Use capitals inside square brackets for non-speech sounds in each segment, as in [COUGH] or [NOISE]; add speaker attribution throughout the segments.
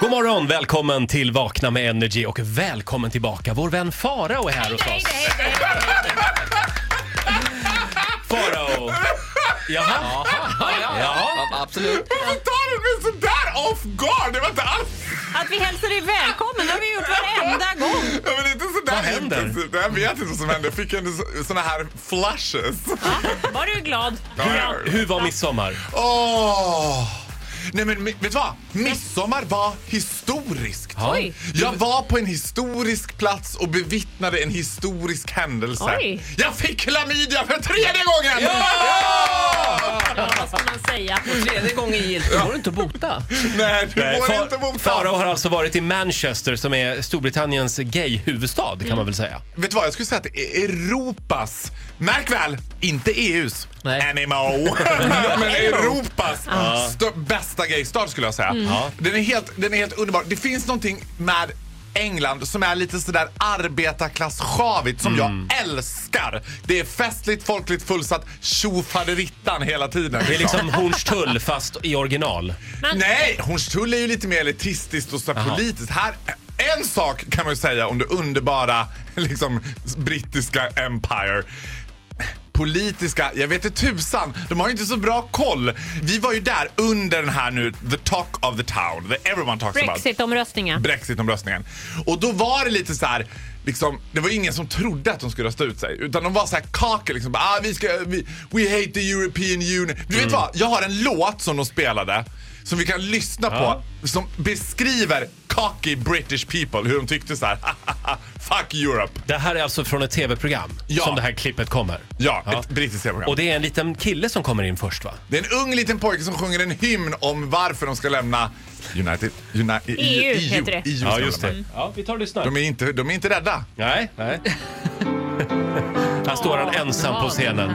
Speaker 1: God morgon, välkommen till Vakna med Energy och välkommen tillbaka. Vår vän Farao är här hos oss. Farao! Jaha,
Speaker 2: Ja, absolut.
Speaker 3: Varför tar du mig sådär off guard? Det var inte alls...
Speaker 4: Att vi hälsar dig välkommen, det har vi gjort varenda gång.
Speaker 3: Jag vill inte sådär
Speaker 1: Vad händer?
Speaker 3: intensivt. Jag vet inte vad som hände. Jag fick en så- såna här flashes.
Speaker 4: Var du glad?
Speaker 3: Ja.
Speaker 1: hur var midsommar?
Speaker 3: Åh! Nej men mi- vet du vad? Midsommar var historiskt.
Speaker 1: Ja.
Speaker 4: Oj.
Speaker 3: Jag var på en historisk plats och bevittnade en historisk händelse.
Speaker 4: Oj.
Speaker 3: Jag fick klamydia för tredje gången!
Speaker 4: Ja, vad ska man säga?
Speaker 2: Tredje gången gillt, då går det inte att bota.
Speaker 3: Nej, du
Speaker 1: Nej,
Speaker 3: går
Speaker 1: Fa-
Speaker 3: inte mot
Speaker 1: Farao har alltså varit i Manchester som är Storbritanniens gay-huvudstad kan man väl säga.
Speaker 3: Vet du vad, jag skulle säga att det är Europas, märk väl, inte E EUs,
Speaker 2: Nej.
Speaker 1: [LAUGHS]
Speaker 3: NMO, men Europas stö- bästa gaystad skulle jag säga.
Speaker 1: Mm.
Speaker 3: Den, är helt, den är helt underbar. Det finns någonting med England som är lite sådär arbetarklassschavigt som
Speaker 1: Mm.
Speaker 3: jag älskar. Det är festligt, folkligt, fullsatt, tjofaderittan hela tiden.
Speaker 1: Det är liksom Hornstull fast i original.
Speaker 3: Nej, Hornstull är ju lite mer elitistiskt och så här
Speaker 1: Jaha.
Speaker 3: politiskt. Här, en sak kan man ju säga om det underbara [LAUGHS] liksom, brittiska Empire. Politiska, jag vet inte tusan, de har ju inte så bra koll. Vi var ju där under den här nu, the talk of the town, the everyone talks about.
Speaker 4: Brexit-omröstningen.
Speaker 3: Brexitomröstningen. Och då var det lite så här, liksom, det var ingen som trodde att de skulle rösta ut sig. Utan de var så här kakel, liksom, ah, vi ska, vi, we hate the European Union. Du
Speaker 1: Mm.
Speaker 3: vet vad, jag har en låt som de spelade som vi kan lyssna på som beskriver cocky British people, hur de tyckte så här, [LAUGHS] fuck Europe.
Speaker 1: Det här är alltså från ett tv-program
Speaker 3: Ja.
Speaker 1: som det här klippet kommer.
Speaker 3: Ja, ett brittiskt tv-program.
Speaker 1: Och det är en liten kille som kommer in först va?
Speaker 3: Det är en ung liten pojke som sjunger en hymn om varför de ska lämna United, Uni- E
Speaker 4: EU E heter det.
Speaker 3: EU ska de lämna.
Speaker 1: Ja, vi tar och lyssnar.
Speaker 3: De är inte, de är inte rädda.
Speaker 1: Nej,
Speaker 3: [LAUGHS]
Speaker 1: nej. Här står han ensam på scenen.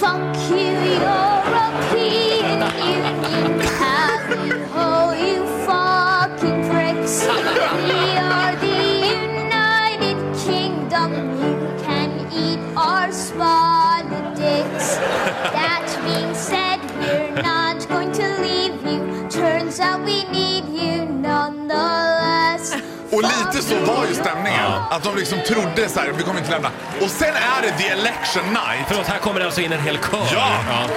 Speaker 5: Fuck you, European Union. How you hoe, you fucking pricks. We are the United Kingdom. You can eat our politics. That being said, we're not going to leave you. Turns out we need you nonetheless.
Speaker 3: Och lite så var ju stämningen. Att de liksom trodde så här, vi kommer inte lämna. Och sen är det the election night.
Speaker 1: Förlåt, här kommer det alltså in en hel kör.
Speaker 3: Ja.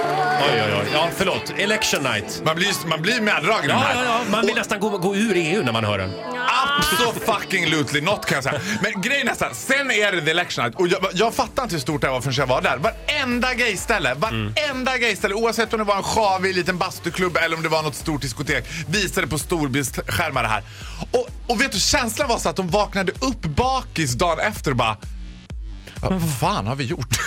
Speaker 1: Oj, oj, oj. Ja, förlått. Election night.
Speaker 3: Man blir, man blir meddragen i den
Speaker 1: Ja,
Speaker 3: här.
Speaker 1: ja, ja. Man vill nästan gå, gå ur EU när man hör den.
Speaker 3: Absolutely not kan jag säga. Men grejen är så här, sen är det the election night och jag, jag fattar inte hur stort det här var förrän jag var där. Varenda gayställe, varenda
Speaker 1: Mm.
Speaker 3: gayställe, oavsett om det var en sjavig liten bastuklubb eller om det var något stort diskotek, visade på storbildsskärmar det här. Och, och vet du, känslan var så att de vaknade upp bakis dagen efter och bara vad fan har vi gjort?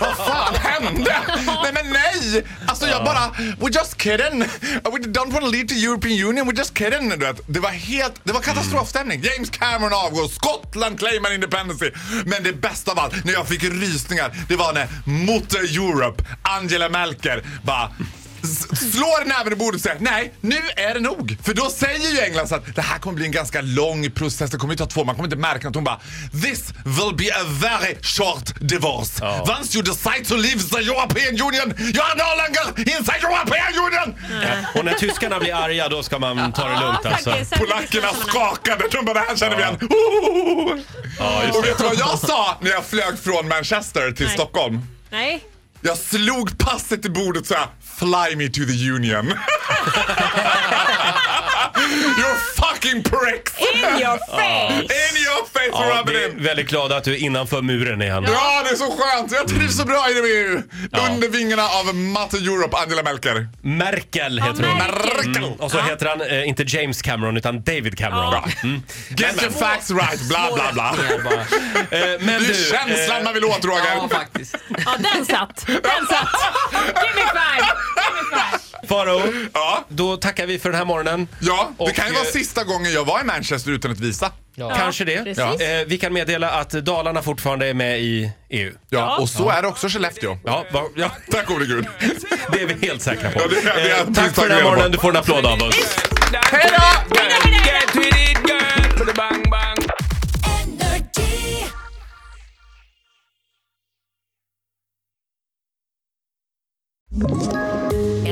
Speaker 3: vad fan hände? Nej men nej! Alltså jag bara, we're just kidding. We don't want to lead to European Union, we're just kidding. Du vet. Det var helt, det var katastrofstämning. James Cameron avgår, Skottland claimar independency. Men det bästa av allt, när jag fick rysningar, det var när Mutter Europe, Angela Merkel, bara s- slår näven i bordet och säger nej, nu är det nog. För då säger ju England så att det här kommer bli en ganska lång process. Det kommer ju ta två, man kommer inte märka något. Hon bara this will be a very short divorce.
Speaker 1: Ja.
Speaker 3: Once you decide to leave the European Union, you are no longer inside European Union!
Speaker 1: Och när tyskarna blir arga, då ska man ta det lugnt alltså.
Speaker 4: faktiskt.
Speaker 3: Polackerna skakade. De bara det här känner vi igen.
Speaker 1: Ja, just
Speaker 3: Och
Speaker 1: det.
Speaker 3: vet du vad jag sa när jag flög från Manchester till
Speaker 4: Nej.
Speaker 3: Stockholm?
Speaker 4: Nej.
Speaker 3: Jag slog passet i bordet och sa Fly me to the Union. [LAUGHS] you fucking pricks!
Speaker 4: In your face!
Speaker 3: In your face
Speaker 1: Ja,
Speaker 3: Robin!
Speaker 1: vi är väldigt glada att du är innanför muren igen.
Speaker 3: Ja, det är så skönt! Jag trivs så bra i det EU! Under vingarna av Matte Europe, Angela Merkel.
Speaker 1: Merkel heter hon.
Speaker 3: Merkel!
Speaker 1: Mm. Och så heter han eh, inte James Cameron utan David Cameron. Mm.
Speaker 3: Bra. Get your facts right, bla bla bla.
Speaker 1: Eh,
Speaker 3: Det
Speaker 1: Men
Speaker 3: är
Speaker 1: du, eh,
Speaker 3: känslan man vill åt, Roger.
Speaker 2: Ja, faktiskt.
Speaker 4: Ja, den satt. Den satt. Give me five. Give me five.
Speaker 1: Faro,
Speaker 3: Ja.
Speaker 1: då tackar vi för den här morgonen.
Speaker 3: Ja, det
Speaker 1: Och,
Speaker 3: kan ju vara
Speaker 1: eh,
Speaker 3: sista gången jag var i Manchester utan ett visa.
Speaker 2: Ja.
Speaker 1: Kanske det.
Speaker 4: precis. Ja.
Speaker 1: Eh, Vi kan meddela att Dalarna fortfarande är med i E EU.
Speaker 3: Ja, och så är det också Skellefteå.
Speaker 1: Ja, va, ja,
Speaker 3: Tack gode gud.
Speaker 1: det är vi helt säkra på.
Speaker 3: Ja, det är- det är
Speaker 1: Eh, Tack för den här
Speaker 3: jag på.
Speaker 1: morgonen. Du får en applåd av oss.
Speaker 3: Hej då!
Speaker 2: Get with it girl! För det Bang, bang.
Speaker 5: Energy.